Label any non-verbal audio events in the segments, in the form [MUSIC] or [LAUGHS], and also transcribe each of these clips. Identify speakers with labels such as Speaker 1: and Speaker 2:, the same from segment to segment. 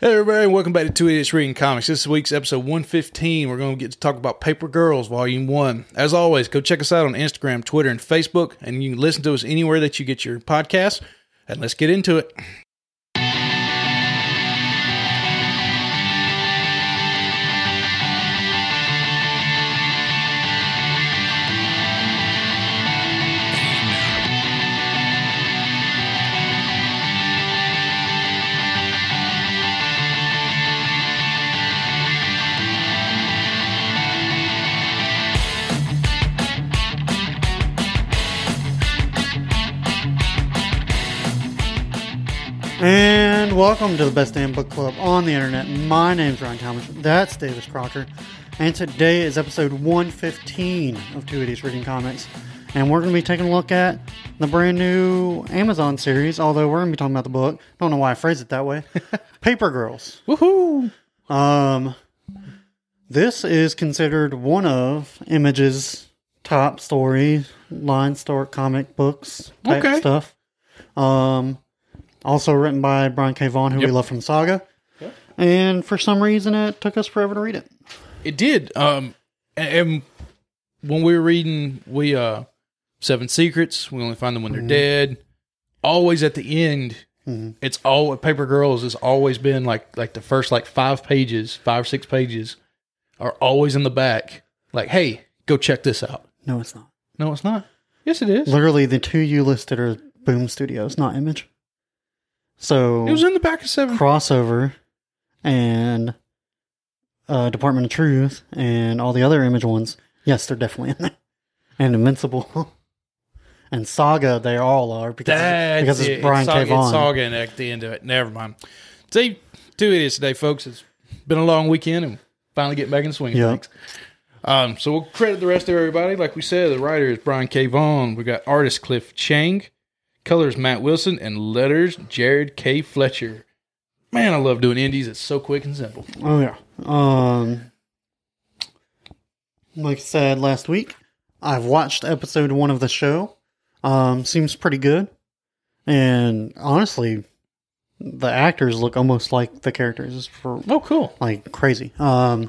Speaker 1: Hey everybody, and welcome back to Two Idiots Reading Comics. This week's episode 115, we're going to get to talk about Paper Girls Volume 1. As always, go check us out on Instagram, Twitter, and Facebook, and you can listen to us anywhere that you get your podcasts. And let's get into it.
Speaker 2: And welcome to the Best Damn Book Club on the internet. My name's Ryan Thomas. That's Davis Crocker. And today is episode 115 of Two Idiots Reading Comics. And we're going to be taking a look at the brand new Amazon series, although we're going to be talking about the book. Don't know why I phrased it that way. Paper Girls.
Speaker 1: Woohoo!
Speaker 2: Um, this is considered one of Image's top story line store comic books type
Speaker 1: Okay.
Speaker 2: stuff. Um, also written by Brian K. Vaughan, who we love from Saga. And for some reason, it took us forever to read it.
Speaker 1: It did. Um, and, and when we were reading, we uh, Seven Secrets. We only find them when they're
Speaker 2: Mm-hmm.
Speaker 1: dead. Always at the end, it's all Paper Girls has always been like like the first like five pages, five six pages, are always in the back. Like, hey, go check this out.
Speaker 2: No, it's not.
Speaker 1: No, it's not. Yes, it is.
Speaker 2: Literally, the two you listed are Boom Studios, not Image. So
Speaker 1: It was in the back of seven.
Speaker 2: crossover and uh, Department of Truth and all the other image ones, yes, they're definitely in there. [LAUGHS] And Invincible [LAUGHS] and Saga, they all are because,
Speaker 1: That's
Speaker 2: because
Speaker 1: it.
Speaker 2: it's Brian
Speaker 1: Saga-
Speaker 2: K. Vaughan.
Speaker 1: It's Saga and at the end of it. Never mind. See, two idiots today, folks. It's been a long weekend and finally getting back in the swing. of
Speaker 2: Yep.
Speaker 1: things. Um, so we'll credit the rest of everybody. Like we said, the writer is Brian K. Vaughan. We got artist Cliff Chang, colors Matt Wilson, and letters Jared K. Fletcher. Man, I love doing indies. It's so quick and simple.
Speaker 2: Oh yeah. Um, like I said last week, I've watched episode one of the show. Um, seems pretty good, and honestly, the actors look almost like the characters for
Speaker 1: Oh, cool.
Speaker 2: like crazy. Um,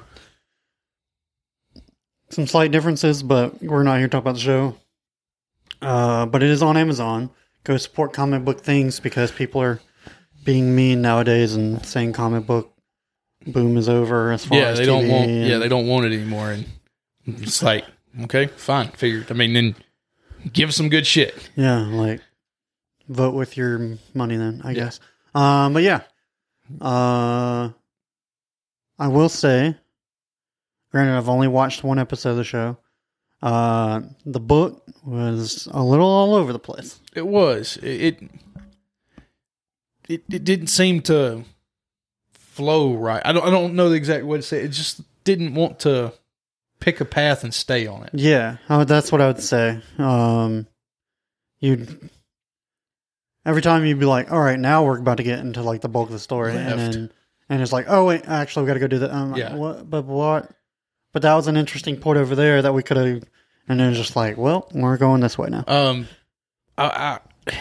Speaker 2: some slight differences, but we're not here to talk about the show. Uh, but it is on Amazon. Go support comic book things because people are being mean nowadays and saying comic book boom is over as far
Speaker 1: Yeah,
Speaker 2: as
Speaker 1: they don't
Speaker 2: TV
Speaker 1: want.
Speaker 2: and-
Speaker 1: Yeah, they don't want it anymore. And it's like, okay, fine, figured. I mean, then give some good shit.
Speaker 2: Yeah, like vote with your money then, I guess. Um, but yeah, uh, I will say, granted, I've only watched one episode of the show. Uh, the book was a little all over the place.
Speaker 1: It was. It it, it, it didn't seem to flow right. I don't I don't know the exact way to say it. It just didn't want to pick a path and stay on it.
Speaker 2: Yeah, I would- that's what I would say. Um, you'd every time you'd be like, "All right, now we're about to get into like the bulk of the story,"
Speaker 1: Left.
Speaker 2: and then and it's like, "Oh wait, actually, we got to go do that." Um,
Speaker 1: Yeah.
Speaker 2: What? But what? But that was an interesting point over there that we could have. And then it's just like, well, we're going this way now.
Speaker 1: Um I, I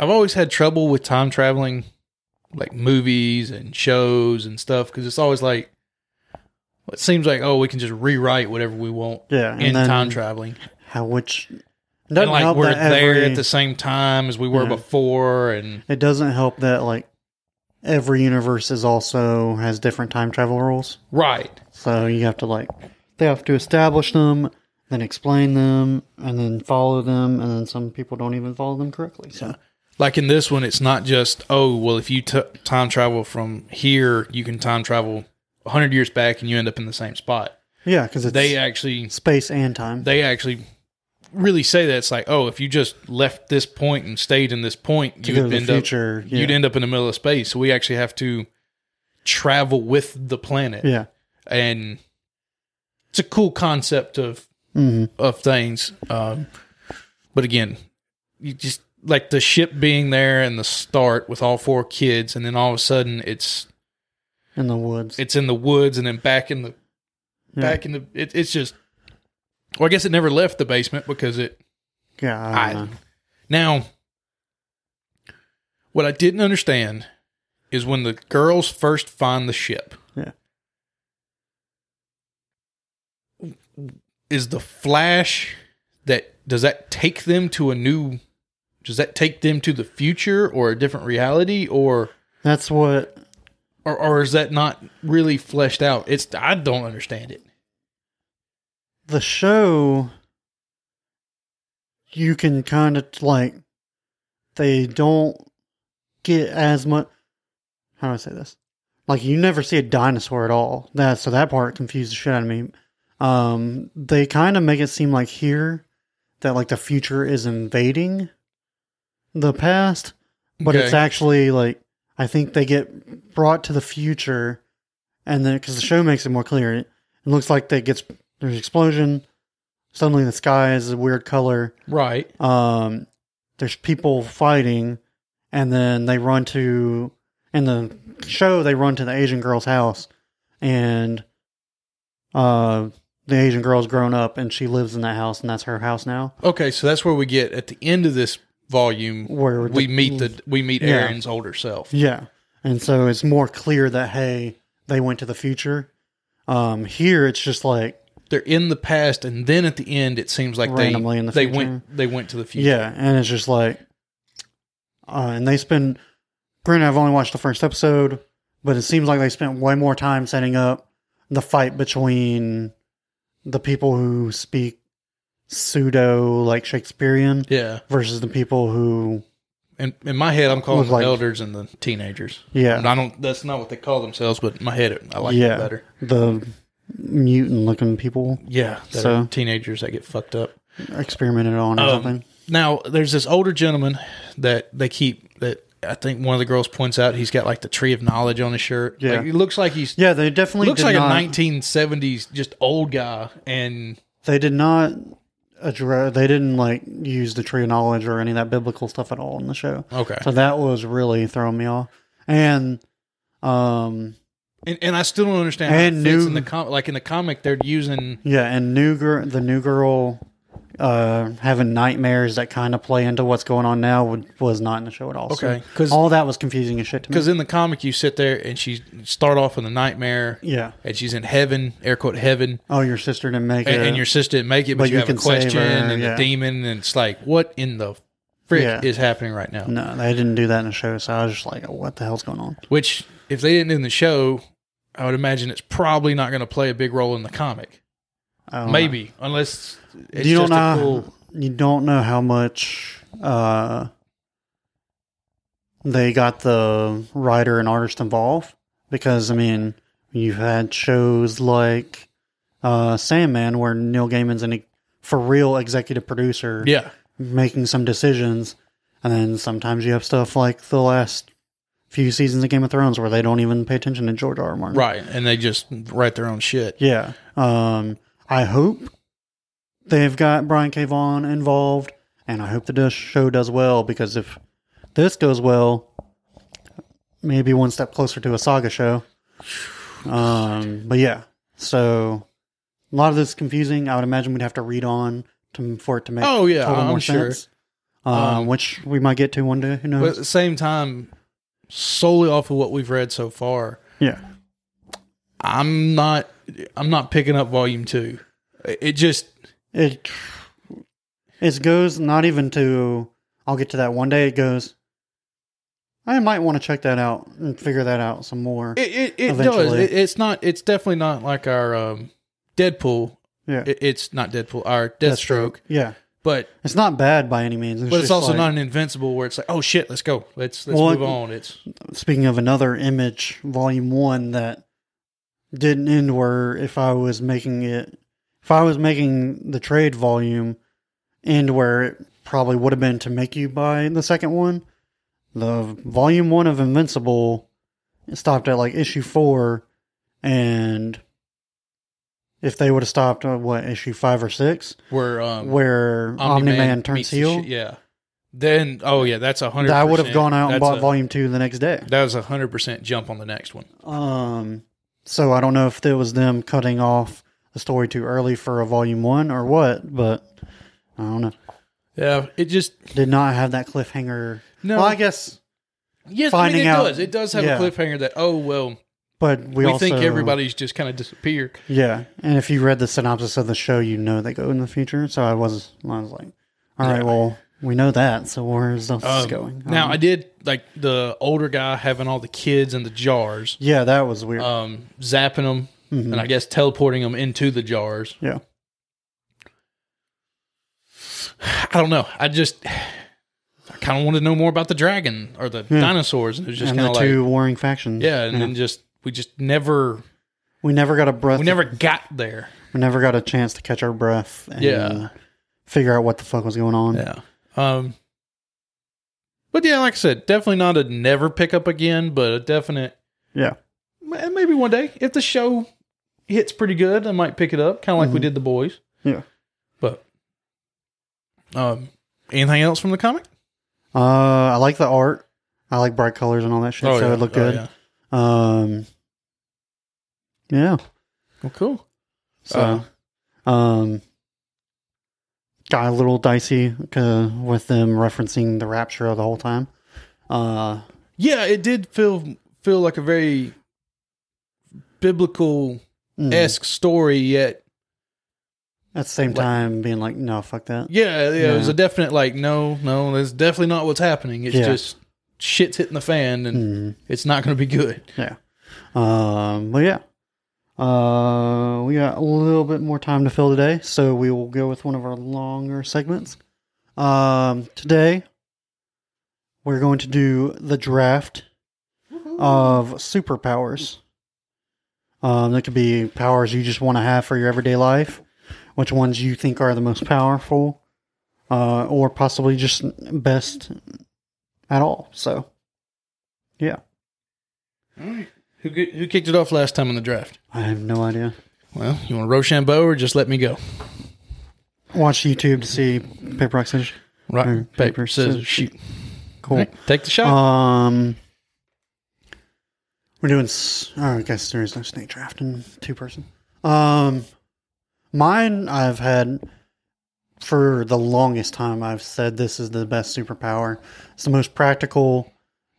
Speaker 1: I've always had trouble with time traveling like movies and shows and stuff cuz it's always like it seems like oh we can just rewrite whatever we want
Speaker 2: Yeah, and
Speaker 1: in
Speaker 2: then-
Speaker 1: time traveling.
Speaker 2: How which it
Speaker 1: And
Speaker 2: doesn't
Speaker 1: like
Speaker 2: help
Speaker 1: we're
Speaker 2: that every,
Speaker 1: there at the same time as we were
Speaker 2: Yeah.
Speaker 1: before and
Speaker 2: It doesn't help that like every universe is also has different time travel rules.
Speaker 1: right.
Speaker 2: So you have to like they have to establish them, then explain them, and then follow them, and then some people don't even follow them correctly. So
Speaker 1: like in this one it's not just oh well if you t- time travel from here you can time travel 100 years back and you end up in the same spot
Speaker 2: yeah, because it's
Speaker 1: they actually
Speaker 2: space and time.
Speaker 1: they actually really say that it's like oh if you just left this point and stayed in this point
Speaker 2: go to
Speaker 1: you'd
Speaker 2: the
Speaker 1: end
Speaker 2: future,
Speaker 1: up
Speaker 2: yeah.
Speaker 1: you'd end up in the middle of space so we actually have to travel with the planet
Speaker 2: yeah,
Speaker 1: and it's a cool concept of
Speaker 2: Mhm.
Speaker 1: of things. Um, but again, you just like the ship being there and the start with all four kids, and then all of a sudden it's
Speaker 2: in the woods.
Speaker 1: it's in the woods, and then back in the
Speaker 2: Yeah.
Speaker 1: back in the it, it's just. Well, I guess it never left the basement because it
Speaker 2: yeah, I,
Speaker 1: I-
Speaker 2: don't know.
Speaker 1: now. What I didn't understand is when the girls first find the ship.
Speaker 2: Yeah.
Speaker 1: Is the flash that does that take them to a new does that take them to the future or a different reality or
Speaker 2: That's what
Speaker 1: or, or is that not really fleshed out? It's I don't understand it.
Speaker 2: the show you can kind of like they don't get as much how do i say this like you never see a dinosaur at all that so that part confused the shit out of me um they kind of make it seem like here that like the future is invading the past but it's
Speaker 1: Okay.
Speaker 2: actually like i think they get brought to the future and then because the show makes it more clear it looks like they gets there's an explosion suddenly the sky is a weird color
Speaker 1: right.
Speaker 2: um there's people fighting and then they run to in the show they run to the asian girl's house and uh the asian girl's grown up and she lives in that house and that's her house now
Speaker 1: Okay, so that's where we get at the end of this volume
Speaker 2: where
Speaker 1: we meet the we meet
Speaker 2: Yeah.
Speaker 1: Aaron's older self.
Speaker 2: Yeah. And so it's more clear that hey, they went to the future. Um here it's just like
Speaker 1: They're in the past and then at the end it seems like
Speaker 2: Randomly
Speaker 1: they
Speaker 2: in the
Speaker 1: they
Speaker 2: future.
Speaker 1: went they went to the future.
Speaker 2: yeah, and it's just like uh and they spend granted I've only watched the first episode, but it seems like they spent way more time setting up the fight between the people who speak pseudo like Shakespearean
Speaker 1: Yeah.
Speaker 2: versus the people who
Speaker 1: In, in my head, I'm calling
Speaker 2: Look
Speaker 1: the
Speaker 2: like-
Speaker 1: elders and the teenagers.
Speaker 2: yeah.
Speaker 1: And I don't. That's not what they call themselves, but in my head, I like
Speaker 2: Yeah.
Speaker 1: it better.
Speaker 2: the mutant looking people
Speaker 1: Yeah, that
Speaker 2: So-
Speaker 1: are teenagers that get fucked up.
Speaker 2: experimented on or
Speaker 1: Um,
Speaker 2: something.
Speaker 1: Now, there's this older gentleman that they keep. That I think one of the girls points out he's got like the tree of knowledge on his shirt.
Speaker 2: Yeah.
Speaker 1: like, he looks like he's
Speaker 2: Yeah, they definitely
Speaker 1: looks
Speaker 2: did
Speaker 1: like
Speaker 2: not,
Speaker 1: a 1970s just old guy, and
Speaker 2: They did not address. They didn't like use the tree of knowledge or any of that biblical stuff at all in the show.
Speaker 1: okay,
Speaker 2: So that was really throwing me off. And um,
Speaker 1: and, and I still don't understand.
Speaker 2: And
Speaker 1: how it fits
Speaker 2: new-
Speaker 1: in the com- like in the comic, they're using
Speaker 2: yeah, and new girl, the new girl, uh, having nightmares that kind of play into what's going on now would, was not in the show at all. So
Speaker 1: Okay, 'cause-
Speaker 2: all that was confusing as shit to me.
Speaker 1: because in the comic you sit there and she start off with a nightmare,
Speaker 2: Yeah.
Speaker 1: and she's in heaven, air quote heaven,
Speaker 2: Oh, your sister didn't make
Speaker 1: and,
Speaker 2: it.
Speaker 1: and your sister didn't make it, but,
Speaker 2: But
Speaker 1: you,
Speaker 2: you
Speaker 1: have a
Speaker 2: can save
Speaker 1: question
Speaker 2: her,
Speaker 1: and
Speaker 2: yeah.
Speaker 1: a demon, and it's like, what in the frick
Speaker 2: Yeah. Mm.
Speaker 1: is happening right now?
Speaker 2: no, they didn't do that in the show. So I was just like, what the hell's going on?
Speaker 1: Which, if they didn't in the show, I would imagine it's probably not going to play a big role in the comic.
Speaker 2: I don't know.
Speaker 1: Maybe, unless it's
Speaker 2: Oh, you
Speaker 1: just
Speaker 2: don't
Speaker 1: a
Speaker 2: know.
Speaker 1: cool.
Speaker 2: You don't know how much uh, they got the writer and artist involved because I mean you've had shows like uh, Sandman where Neil Gaiman's an e- for real executive producer,
Speaker 1: Yeah,
Speaker 2: making some decisions, and then sometimes you have stuff like the last few seasons of Game of Thrones where they don't even pay attention to George R. R. Martin,
Speaker 1: right. And they just write their own shit.
Speaker 2: yeah. Um, I hope they've got Brian K. Vaughan involved, and I hope the dish- show does well because if this goes well, maybe one step closer to a saga show. Um, but yeah, so a lot of this is confusing. I would imagine we'd have to read on to, for it to make
Speaker 1: Oh, yeah,
Speaker 2: total
Speaker 1: I'm
Speaker 2: more
Speaker 1: sure.
Speaker 2: sense. Uh,
Speaker 1: Um,
Speaker 2: which we might get to one day.
Speaker 1: But
Speaker 2: Who knows?
Speaker 1: at the same time, solely off of what we've read so far,
Speaker 2: yeah,
Speaker 1: I'm not. I'm not picking up volume two. It it just
Speaker 2: it it goes not even to I'll get to that one day. It goes. I might want to check that out and figure that out some more.
Speaker 1: it it, it does.
Speaker 2: Eventually.
Speaker 1: It, it's not. It's definitely not like our um, Deadpool.
Speaker 2: yeah,
Speaker 1: It, it's not Deadpool. Our Deathstroke.
Speaker 2: yeah.
Speaker 1: But
Speaker 2: It's not bad by any means.
Speaker 1: but it's
Speaker 2: just
Speaker 1: also
Speaker 2: like-
Speaker 1: not an invincible where it's like, oh shit, let's go, let's let's
Speaker 2: Well,
Speaker 1: move on. It's
Speaker 2: Speaking of another image, volume one that didn't end where if I was making it, if I was making the trade volume end where it probably would have been to make you buy the second one, the volume one of Invincible stopped at like issue four, and if they would have stopped at what issue five or six,
Speaker 1: where um,
Speaker 2: where Omni Man turns
Speaker 1: meets the
Speaker 2: heel,
Speaker 1: shit- Yeah. Then oh yeah, that's a hundred.
Speaker 2: that would have gone out and
Speaker 1: That's
Speaker 2: bought
Speaker 1: a-
Speaker 2: volume two the next day.
Speaker 1: That was a hundred percent jump on the next one.
Speaker 2: Um, so I don't know if it was them cutting off the story too early for a volume one or what, but I don't know.
Speaker 1: Yeah, it just
Speaker 2: Did not have that cliffhanger.
Speaker 1: No.
Speaker 2: Well, I guess
Speaker 1: Yes,
Speaker 2: Finding
Speaker 1: I mean, it
Speaker 2: out-
Speaker 1: does. It does have
Speaker 2: yeah.
Speaker 1: a cliffhanger that oh well,
Speaker 2: But
Speaker 1: we,
Speaker 2: we, also
Speaker 1: think everybody's just kind of disappeared.
Speaker 2: Yeah, and if you read the synopsis of the show, you know they go in the future. So I was, I was like, all right,
Speaker 1: Yeah.
Speaker 2: well, we know that. So where's this
Speaker 1: Um,
Speaker 2: going?
Speaker 1: Now
Speaker 2: Um,
Speaker 1: I did like the older guy having all the kids in the jars,
Speaker 2: yeah, that was weird.
Speaker 1: um, zapping them,
Speaker 2: Mhm.
Speaker 1: and I guess teleporting them into the jars.
Speaker 2: yeah,
Speaker 1: I don't know. I just I kind of wanted to know more about the dragon or the
Speaker 2: Yeah.
Speaker 1: dinosaurs, and it was just
Speaker 2: and
Speaker 1: kind
Speaker 2: the
Speaker 1: of like
Speaker 2: two warring factions.
Speaker 1: yeah, and then just we just never
Speaker 2: we never got a breath.
Speaker 1: we never got there.
Speaker 2: we never got a chance to catch our breath. And uh,
Speaker 1: Yeah.
Speaker 2: figure out what the fuck was going on.
Speaker 1: Yeah. Um. But yeah, like I said, definitely not a never pick up again, but a definite
Speaker 2: yeah.
Speaker 1: m- maybe one day if the show hits pretty good, I might pick it up, kind of like we
Speaker 2: Mhm.
Speaker 1: did the boys.
Speaker 2: Yeah.
Speaker 1: Mm-hmm. But um, anything else from the comic?
Speaker 2: Uh, I like the art. I like bright colors and all that shit, so it looked
Speaker 1: Oh,
Speaker 2: good.
Speaker 1: yeah.
Speaker 2: Um, yeah.
Speaker 1: Well, cool.
Speaker 2: So,
Speaker 1: Uh-huh.
Speaker 2: um, got a little dicey uh, with them referencing the rapture the whole time. Uh,
Speaker 1: Yeah, it did feel feel like a very biblical
Speaker 2: mm,
Speaker 1: esque story, yet
Speaker 2: at the same
Speaker 1: Like-
Speaker 2: time, being like, no, fuck that.
Speaker 1: Yeah, yeah, it was
Speaker 2: Yeah.
Speaker 1: a definite like, no, no, that's definitely not what's happening. It's
Speaker 2: Yeah.
Speaker 1: just shit's hitting the fan and
Speaker 2: Mm,
Speaker 1: it's not going to be good.
Speaker 2: yeah. Um, but yeah. Uh, we got a little bit more time to fill today, so we will go with one of our longer segments. Um, today we're going to do the draft of superpowers. Um, that could be powers you just want to have for your everyday life, which ones you think are the most powerful, uh, or possibly just best at all. So, yeah,
Speaker 1: Who ki- who kicked it off last time in the draft?
Speaker 2: I have no idea.
Speaker 1: Well, you want Rochambeau or just let me go?
Speaker 2: Watch YouTube to see paper rock scissors.
Speaker 1: Rock,
Speaker 2: Paper,
Speaker 1: paper,
Speaker 2: Mm, paper,
Speaker 1: scissors,
Speaker 2: scissors,
Speaker 1: shoot.
Speaker 2: Cool.
Speaker 1: All right, take the shot.
Speaker 2: Um, we're doing. s- Oh, I guess there is no snake drafting two person. Um, mine I've had for the longest time. I've said this is the best superpower. It's the most practical.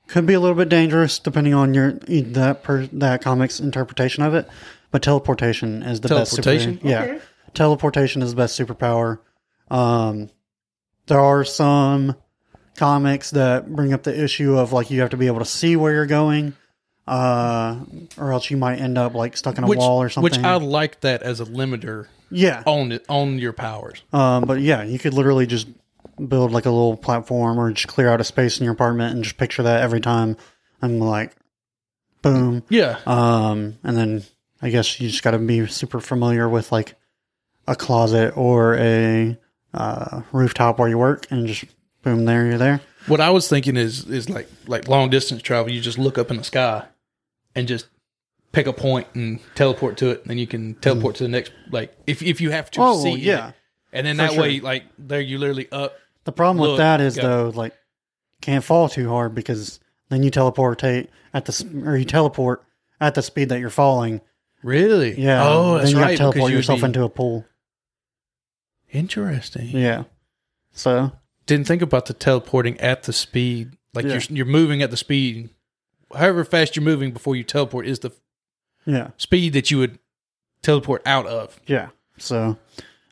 Speaker 2: Could be a little bit dangerous depending on your e, that per, that comic's interpretation of it, but teleportation is the
Speaker 1: Teleportation?
Speaker 2: best. Teleportation, yeah. Teleportation is the best superpower. Um, there are some comics that bring up the issue of like you have to be able to see where you're going, uh, or else you might end up like stuck in a
Speaker 1: which,
Speaker 2: wall or something.
Speaker 1: which I like that as a limiter
Speaker 2: yeah,
Speaker 1: on it, on your powers.
Speaker 2: um, but yeah, you could literally just build like a little platform or just clear out a space in your apartment and just picture that every time. I'm like, boom.
Speaker 1: Yeah,
Speaker 2: Um, and then I guess you just got to be super familiar with like a closet or a uh, rooftop where you work, and just boom, there you're there.
Speaker 1: what I was thinking is is like like long distance travel. You just look up in the sky and just pick a point and teleport to it, and then you can teleport to the next. Like if if you have to
Speaker 2: Oh,
Speaker 1: see,
Speaker 2: yeah.
Speaker 1: it. and then
Speaker 2: For
Speaker 1: that
Speaker 2: sure.
Speaker 1: way, like there you literally up.
Speaker 2: The problem with
Speaker 1: Look,
Speaker 2: that is
Speaker 1: yeah.
Speaker 2: though, like can't fall too hard because then you teleportate at the s- or you teleport at the speed that you're falling.
Speaker 1: Really?
Speaker 2: Yeah.
Speaker 1: Oh, that's
Speaker 2: then you
Speaker 1: right.
Speaker 2: Have to
Speaker 1: because
Speaker 2: teleport
Speaker 1: you would
Speaker 2: yourself
Speaker 1: be-
Speaker 2: into a pool.
Speaker 1: Interesting.
Speaker 2: Yeah. So
Speaker 1: Didn't think about the teleporting at the speed. Like
Speaker 2: Yeah.
Speaker 1: you're you're moving at the speed, however fast you're moving before you teleport is the
Speaker 2: yeah,
Speaker 1: speed that you would teleport out of.
Speaker 2: yeah. So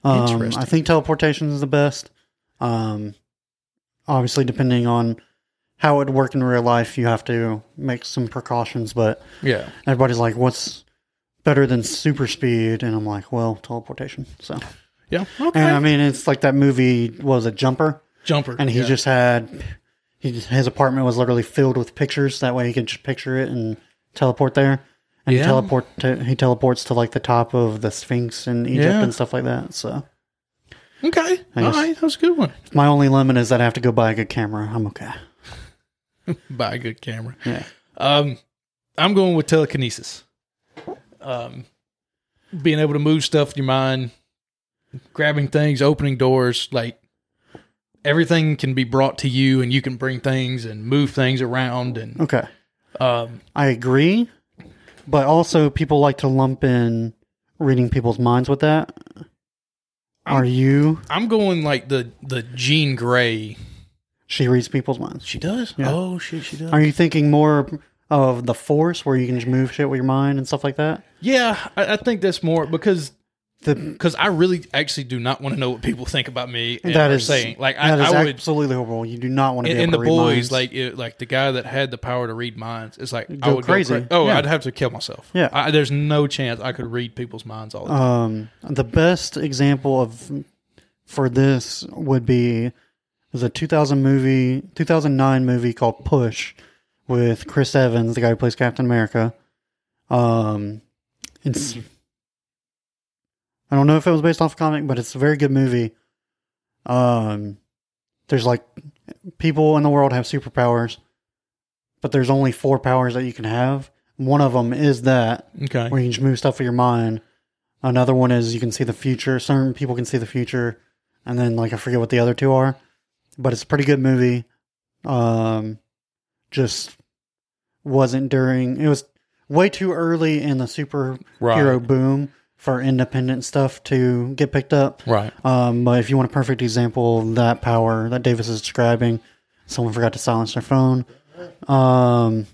Speaker 2: um, I
Speaker 1: Interesting.
Speaker 2: think teleportation is the best. Um, obviously, depending on how it would work in real life, you have to make some precautions. But
Speaker 1: Yeah.
Speaker 2: everybody's like, "What's better than super speed?" And I'm like, "Well, teleportation." So.
Speaker 1: Yeah. Okay.
Speaker 2: And I mean, it's like that movie what was a jumper,
Speaker 1: Jumper.
Speaker 2: and he
Speaker 1: Yeah.
Speaker 2: just had he just, his apartment was literally filled with pictures. That way, he could just picture it and teleport there. And
Speaker 1: Yeah.
Speaker 2: he teleport to, he teleports to like the top of the Sphinx in Egypt
Speaker 1: Yeah.
Speaker 2: and stuff like that. So
Speaker 1: okay. All
Speaker 2: just-
Speaker 1: right. That was a good one.
Speaker 2: my only limit is that I have to go buy a good camera. I'm okay.
Speaker 1: Buy a good camera.
Speaker 2: Yeah.
Speaker 1: Um, I'm going with telekinesis. Um, being able to move stuff in your mind, grabbing things, opening doors, like everything can be brought to you, and you can bring things and move things around. And
Speaker 2: Okay.
Speaker 1: um,
Speaker 2: I agree, but also people like to lump in reading people's minds with that. Are you
Speaker 1: I'm going like the the Jean Grey
Speaker 2: She reads people's minds.
Speaker 1: She does.
Speaker 2: Yeah.
Speaker 1: Oh shit, she does.
Speaker 2: Are you thinking more of the force where you can just move shit with your mind and stuff like that?
Speaker 1: yeah, I, I think that's more because
Speaker 2: The,
Speaker 1: because I really actually do not want to know what people think about me. And
Speaker 2: that
Speaker 1: are
Speaker 2: is
Speaker 1: saying like
Speaker 2: that
Speaker 1: I,
Speaker 2: is
Speaker 1: I would
Speaker 2: absolutely horrible. You do not want to
Speaker 1: and,
Speaker 2: be able
Speaker 1: and
Speaker 2: to
Speaker 1: the
Speaker 2: read
Speaker 1: boys
Speaker 2: minds.
Speaker 1: like it, like the guy that had the power to read minds. It's like I
Speaker 2: Go
Speaker 1: would
Speaker 2: crazy.
Speaker 1: Go cra- oh,
Speaker 2: Yeah.
Speaker 1: I'd have to kill myself.
Speaker 2: Yeah.
Speaker 1: I, there's no chance I could read people's minds all the time.
Speaker 2: Um, the best example of for this would be the 2000 movie, 2009 movie called Push with Chris Evans, the guy who plays Captain America. Um, it's I don't know if it was based off a comic, but it's a very good movie. Um, there's like people in the world have superpowers, but there's only four powers that you can have. One of them is that
Speaker 1: okay.
Speaker 2: where you can just move stuff with your mind. Another one is you can see the future. Certain people can see the future, and then like I forget what the other two are, but it's a pretty good movie. Um, just wasn't during. It was way too early in the superhero
Speaker 1: Right.
Speaker 2: boom for independent stuff to get picked up.
Speaker 1: Right.
Speaker 2: Um, but if you want a perfect example of that power that Davis is describing, someone forgot to silence their phone. Um,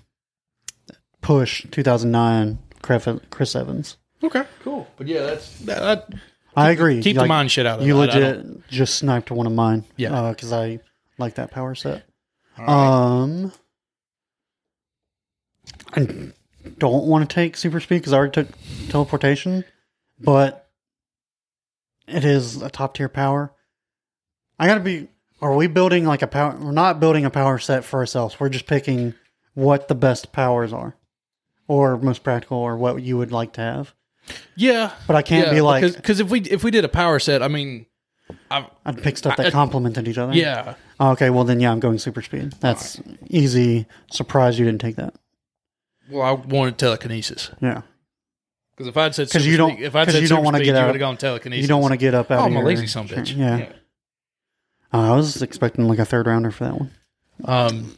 Speaker 2: Push 2009, Cref- Chris Evans.
Speaker 1: Okay. Cool. But yeah, that's that. I,
Speaker 2: I agree.
Speaker 1: keep
Speaker 2: Like,
Speaker 1: the mind shit out of
Speaker 2: You
Speaker 1: that. I don't-
Speaker 2: legit just sniped one of mine.
Speaker 1: Yeah.
Speaker 2: Because I like that power set.
Speaker 1: All
Speaker 2: Um, I don't want to take super speed because I already took teleportation, but it is a top tier power. I gotta be. Are we building like a power? We're not building a power set for ourselves. We're just picking what the best powers are, or most practical, or what you would like to have.
Speaker 1: yeah.
Speaker 2: But I can't
Speaker 1: yeah,
Speaker 2: be like
Speaker 1: because if we if we did a power set, I mean,
Speaker 2: I'd pick stuff
Speaker 1: I- I-
Speaker 2: that complemented each other.
Speaker 1: yeah,
Speaker 2: Oh, Okay. Well, then yeah, I'm going super speed. That's easy. Surprised you didn't take that.
Speaker 1: Well, I wanted telekinesis
Speaker 2: Yeah.
Speaker 1: because if I'd said
Speaker 2: 'Cause
Speaker 1: super
Speaker 2: you don't-
Speaker 1: speed- if I'd
Speaker 2: 'cause
Speaker 1: said
Speaker 2: you don't
Speaker 1: super
Speaker 2: wanna
Speaker 1: speed,
Speaker 2: get
Speaker 1: you
Speaker 2: out-
Speaker 1: would have gone telekinesis.
Speaker 2: You don't want to get up out
Speaker 1: Oh,
Speaker 2: of
Speaker 1: I'm a
Speaker 2: your-
Speaker 1: lazy son of a bitch.
Speaker 2: Yeah. Uh, I was expecting like a third rounder for that one.
Speaker 1: Um,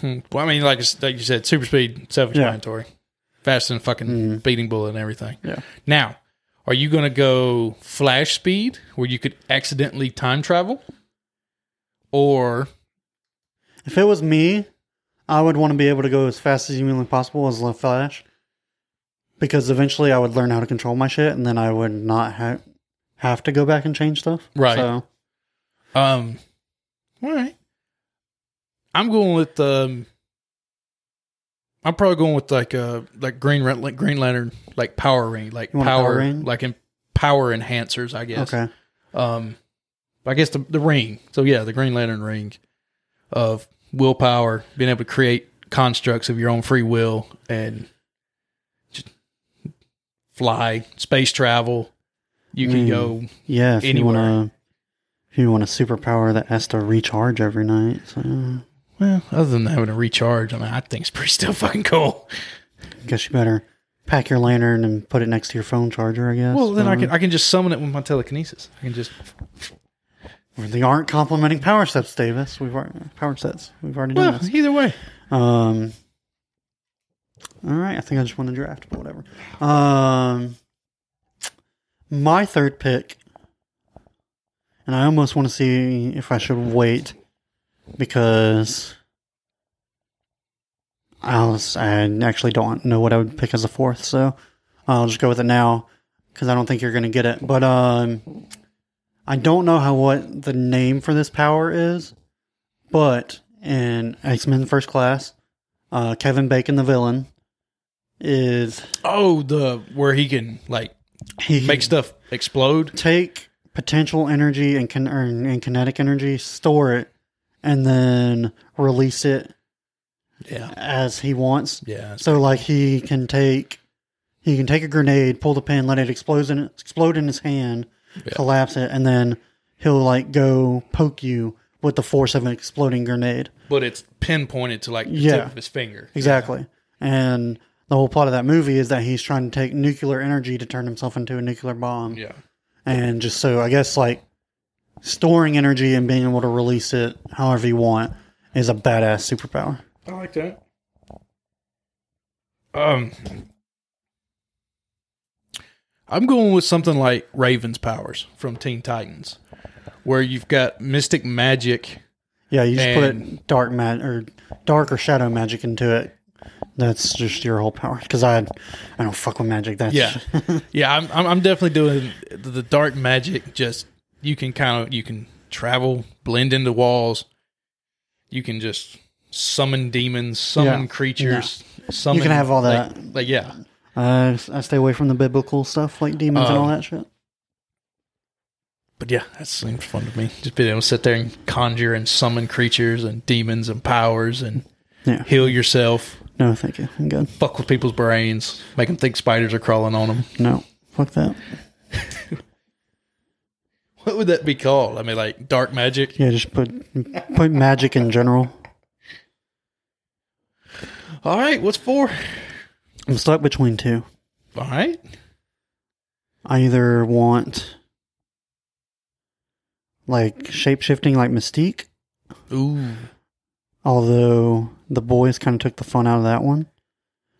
Speaker 1: Hmm. Well, I mean, like, like you said, super speed, self explanatory. Faster than a fucking
Speaker 2: Mm-hmm.
Speaker 1: beating bullet and everything.
Speaker 2: Yeah.
Speaker 1: Now, are you going to go flash speed where you could accidentally time travel? Or,
Speaker 2: If it was me, I would want to be able to go as fast as humanly possible as Left Flash because eventually I would learn how to control my shit and then I would not ha- have to go back and change stuff.
Speaker 1: Right.
Speaker 2: So,
Speaker 1: um, all right. I'm going with, um, I'm probably going with like uh like Green Ran- like Green Lantern like power ring like
Speaker 2: You want a
Speaker 1: power,
Speaker 2: power ring?
Speaker 1: like in power enhancers I guess
Speaker 2: okay.
Speaker 1: um I guess the the ring. So yeah, the Green Lantern ring of willpower, being able to create constructs of your own free will and just fly, space travel. You can
Speaker 2: Mm.
Speaker 1: go
Speaker 2: Yeah. If
Speaker 1: Anywhere.
Speaker 2: you want to. If you want a superpower that has to recharge every night, so I
Speaker 1: well, other than having to recharge, I mean I think it's pretty [LAUGHS] still fucking cool.
Speaker 2: guess you better pack your lantern and put it next to your phone charger. I guess.
Speaker 1: Well then I
Speaker 2: Um,
Speaker 1: can I can just summon it with my telekinesis. I can just
Speaker 2: They aren't complimenting power sets, Davis. We've already, power sets. We've already done
Speaker 1: well,
Speaker 2: this.
Speaker 1: either way.
Speaker 2: Um. All right, I think I just won the draft, but whatever. Um, my third pick, and I almost want to see if I should wait because I was, I actually don't know what I would pick as a fourth, so I'll just go with it now because I don't think you're going to get it. But um, I don't know how what the name for this power is, but in X Men First Class, uh, Kevin Bacon, the villain, is
Speaker 1: Oh, the where he can like
Speaker 2: he
Speaker 1: make stuff explode.
Speaker 2: take potential energy and can or, and kinetic energy, store it, and then release it
Speaker 1: Yeah.
Speaker 2: as he wants.
Speaker 1: Yeah.
Speaker 2: So like he can take he can take a grenade, pull the pin, let it explode in explode in his hand, collapse it, and then he'll like go poke you with the force of an exploding grenade.
Speaker 1: But it's pinpointed to like the
Speaker 2: Yeah.
Speaker 1: tip of his finger.
Speaker 2: Exactly. And the whole plot of that movie is that he's trying to take nuclear energy to turn himself into a nuclear bomb.
Speaker 1: Yeah.
Speaker 2: And just so I guess like storing energy and being able to release it however you want is a badass superpower.
Speaker 1: I like that. Um, I'm going with something like Raven's powers from Teen Titans, where you've got mystic magic.
Speaker 2: Yeah, you just
Speaker 1: And-
Speaker 2: put dark mag or dark or shadow magic into it. That's just your whole power. Because I, I don't fuck with magic. That's
Speaker 1: Yeah, yeah. I'm, I'm I'm definitely doing the the dark magic. Just you can kind of you can travel, blend into walls. You can just summon demons, summon
Speaker 2: Yeah.
Speaker 1: creatures. Summon,
Speaker 2: have all
Speaker 1: like-
Speaker 2: that.
Speaker 1: like yeah,
Speaker 2: [LAUGHS] I, I stay away from the biblical stuff like demons and all
Speaker 1: Um,
Speaker 2: that shit.
Speaker 1: But yeah, that seems fun to me. Just being able to sit there and conjure and summon creatures and demons and powers and
Speaker 2: Yeah.
Speaker 1: heal yourself,
Speaker 2: No, thank you. I'm good.
Speaker 1: fuck with people's brains, make them think spiders are crawling on them.
Speaker 2: No, fuck that.
Speaker 1: What would that be called? I mean, like dark magic.
Speaker 2: Yeah, just put put magic in general.
Speaker 1: All right, what's four?
Speaker 2: I'm stuck between two.
Speaker 1: All right.
Speaker 2: I either want like shape shifting, like Mystique,
Speaker 1: Ooh,
Speaker 2: although the boys kind of took the fun out of that one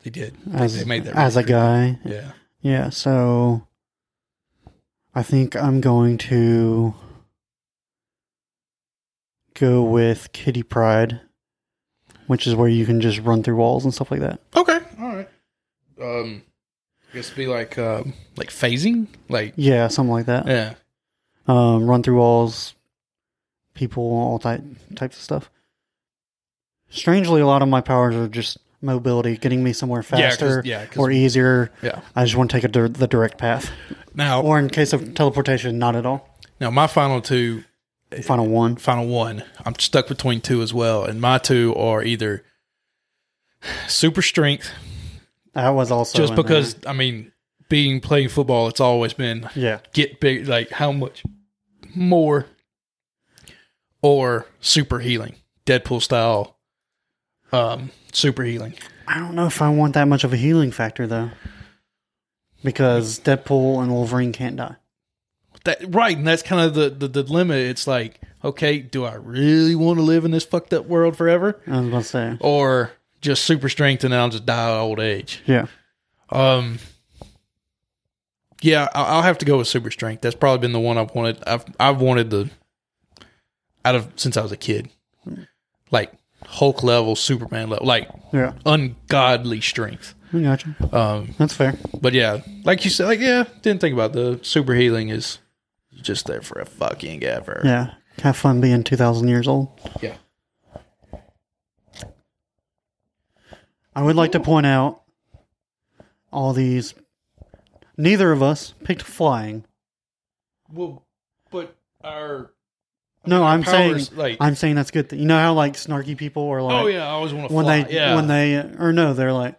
Speaker 1: they did. I think
Speaker 2: as
Speaker 1: they made that
Speaker 2: as a
Speaker 1: really
Speaker 2: guy.
Speaker 1: creepy. Yeah.
Speaker 2: Yeah, so I think I'm going to go with Kitty Pride, which is where you can just run through walls and stuff like that.
Speaker 1: Okay. All right. Um, I guess be like um, like phasing, like
Speaker 2: Yeah, something like that.
Speaker 1: yeah.
Speaker 2: um, run through walls, people, all type types of stuff. Strangely, a lot of my powers are just mobility, getting me somewhere
Speaker 1: Yeah, 'cause-
Speaker 2: faster
Speaker 1: yeah, 'cause-
Speaker 2: or easier.
Speaker 1: Yeah.
Speaker 2: I just want to take a, dir- the direct path,
Speaker 1: Now,
Speaker 2: or in case of teleportation, not at all.
Speaker 1: now my final two Eh,
Speaker 2: Final one.
Speaker 1: final one. I'm stuck between two as well, and my two are either super strength,
Speaker 2: That was also
Speaker 1: just
Speaker 2: in there.
Speaker 1: because I mean, being playing football, it's always been
Speaker 2: Yeah,
Speaker 1: get big, like how much more, or super healing, Deadpool style, um, super healing.
Speaker 2: I don't know if I want that much of a healing factor though, because Deadpool and Wolverine can't die.
Speaker 1: That right, and that's kind of the the, the dilemma. It's like, okay, do I really want to live in this fucked up world forever,
Speaker 2: I was about to say.
Speaker 1: or just super strength and I'll just die of old age?
Speaker 2: Yeah,
Speaker 1: Um, yeah, I- I'll have to go with super strength. That's probably been the one I've wanted. I've I've wanted the out of since I was a kid, like Hulk level, Superman level, like
Speaker 2: yeah,
Speaker 1: ungodly strength.
Speaker 2: I got you.
Speaker 1: Um,
Speaker 2: That's fair.
Speaker 1: but yeah, like you said, like yeah, didn't think about the super healing is just there for a fucking ever.
Speaker 2: Yeah, have fun being two thousand years old.
Speaker 1: yeah.
Speaker 2: I would like to point out all these. Neither of us picked flying.
Speaker 1: Well, but our
Speaker 2: No, I'm
Speaker 1: powers,
Speaker 2: saying
Speaker 1: like-
Speaker 2: I'm saying that's good. Thing. You know how like snarky people are like
Speaker 1: oh yeah, I always want to
Speaker 2: when
Speaker 1: fly.
Speaker 2: they
Speaker 1: yeah,
Speaker 2: when they or no they're like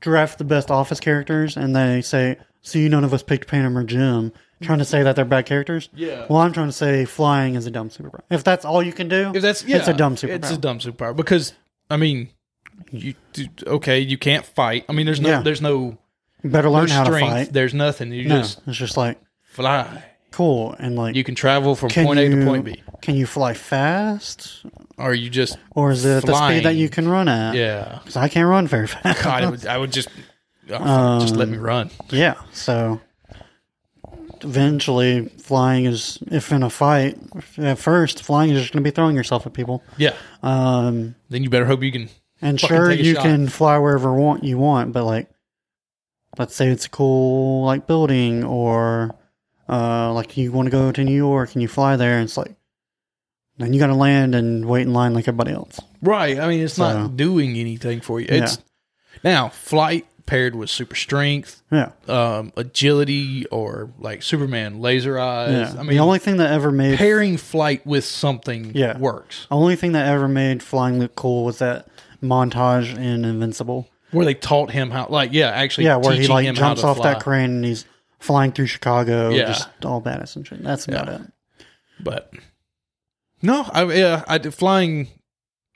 Speaker 2: draft the best office characters and they say see none of us picked Phantom or Jim trying to say that they're bad characters.
Speaker 1: Yeah.
Speaker 2: Well, I'm trying to say flying is a dumb superpower. If that's all you can do,
Speaker 1: If that's yeah,
Speaker 2: it's a dumb superpower.
Speaker 1: It's a dumb superpower because I mean, you do- okay, you can't fight. I mean, there's no
Speaker 2: Yeah.
Speaker 1: there's no
Speaker 2: Better learn how
Speaker 1: strength.
Speaker 2: to fight.
Speaker 1: There's nothing. You
Speaker 2: No,
Speaker 1: just
Speaker 2: it's just like
Speaker 1: fly.
Speaker 2: cool and like
Speaker 1: You can travel from point A to point B,
Speaker 2: Can you fly fast?
Speaker 1: or you just
Speaker 2: Or is it at the speed that
Speaker 1: Flying.
Speaker 2: you can run at?
Speaker 1: yeah.
Speaker 2: 'Cause I can't run very [LAUGHS] fast.
Speaker 1: God, I would, I would just oh, just
Speaker 2: Um,
Speaker 1: let me run.
Speaker 2: yeah. So eventually, flying is, if in a fight, at first, flying is just going to be throwing yourself at people.
Speaker 1: Yeah.
Speaker 2: Um,
Speaker 1: Then you better hope you can.
Speaker 2: and
Speaker 1: Fucking
Speaker 2: sure,
Speaker 1: take a
Speaker 2: you
Speaker 1: shot.
Speaker 2: can fly wherever want you want, but like, let's say it's a cool like building or uh, like you want to go to New York and you fly there, and it's like, then you got to land and wait in line like everybody else.
Speaker 1: Right. I mean, it's
Speaker 2: So-
Speaker 1: not doing anything for you. It's now flight paired with super strength,
Speaker 2: Yeah.
Speaker 1: um, agility, or like Superman laser
Speaker 2: Yeah.
Speaker 1: eyes. I mean,
Speaker 2: the only thing that ever made
Speaker 1: pairing flight with something
Speaker 2: Yeah.
Speaker 1: works.
Speaker 2: only thing that ever made flying look cool was that montage in Invincible.
Speaker 1: Where they taught him how, like, yeah, actually,
Speaker 2: Yeah, where he
Speaker 1: teaching
Speaker 2: like
Speaker 1: him how
Speaker 2: jumps
Speaker 1: to
Speaker 2: off
Speaker 1: fly.
Speaker 2: that crane and he's flying through Chicago,
Speaker 1: Yeah.
Speaker 2: just all badass and shit. That's about it.
Speaker 1: But no, I yeah, I did flying.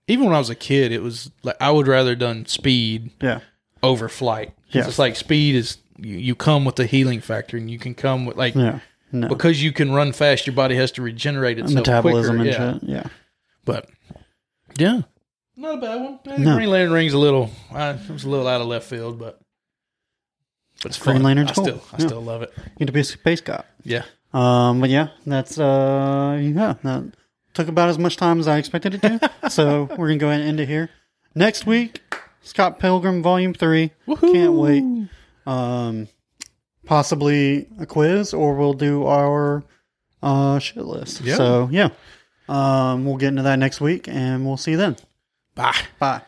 Speaker 1: Even when I was a kid, it was like I would rather done speed
Speaker 2: Yeah,
Speaker 1: over flight. 'Cause
Speaker 2: Yeah.
Speaker 1: It's like speed is you, you come with the healing factor, and you can come with like
Speaker 2: yeah, no
Speaker 1: because you can run fast, your body has to regenerate itself
Speaker 2: metabolism
Speaker 1: quicker.
Speaker 2: and
Speaker 1: yeah.
Speaker 2: shit. Yeah,
Speaker 1: But yeah, not a bad one. Eh,
Speaker 2: No.
Speaker 1: Green Lantern Ring's a little, I, it was a little out of left field, but but it's
Speaker 2: Green
Speaker 1: fun.
Speaker 2: Lantern's
Speaker 1: I
Speaker 2: cool.
Speaker 1: still, I
Speaker 2: Yeah.
Speaker 1: still love it.
Speaker 2: you need to be a space cop.
Speaker 1: Yeah,
Speaker 2: Um, but yeah, that's uh, yeah, that took about as much time as I expected it to. so we're gonna go ahead and end it here. Next week, Scott Pilgrim Volume Three. Can't wait. Um, possibly a quiz, or we'll do our uh shit list.
Speaker 1: Yeah.
Speaker 2: So yeah, um, we'll get into that next week, and we'll see you then.
Speaker 1: Bye.
Speaker 2: Bye.